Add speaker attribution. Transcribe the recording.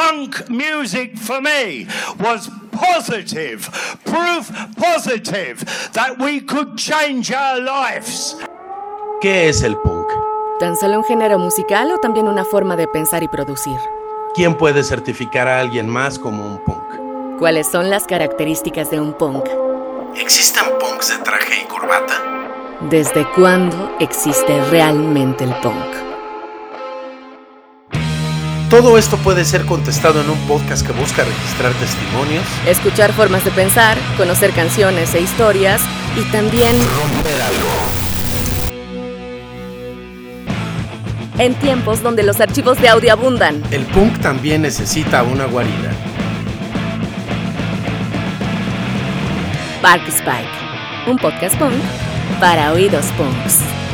Speaker 1: punk music for me was positive, proof positive that we could change our lives.
Speaker 2: ¿Qué es el punk?
Speaker 3: ¿Tan solo un género musical o también una forma de pensar y producir?
Speaker 2: ¿Quién puede certificar a alguien más como un punk?
Speaker 3: ¿Cuáles son las características de un punk?
Speaker 4: ¿Existen punks de traje y corbata?
Speaker 3: ¿Desde cuándo existe realmente el punk?
Speaker 4: Todo esto puede ser contestado en un podcast que busca registrar testimonios,
Speaker 3: escuchar formas de pensar, conocer canciones e historias y también
Speaker 4: romper algo.
Speaker 3: En tiempos donde los archivos de audio abundan,
Speaker 4: el punk también necesita una guarida.
Speaker 3: Park Spike, un podcast punk para oídos punks.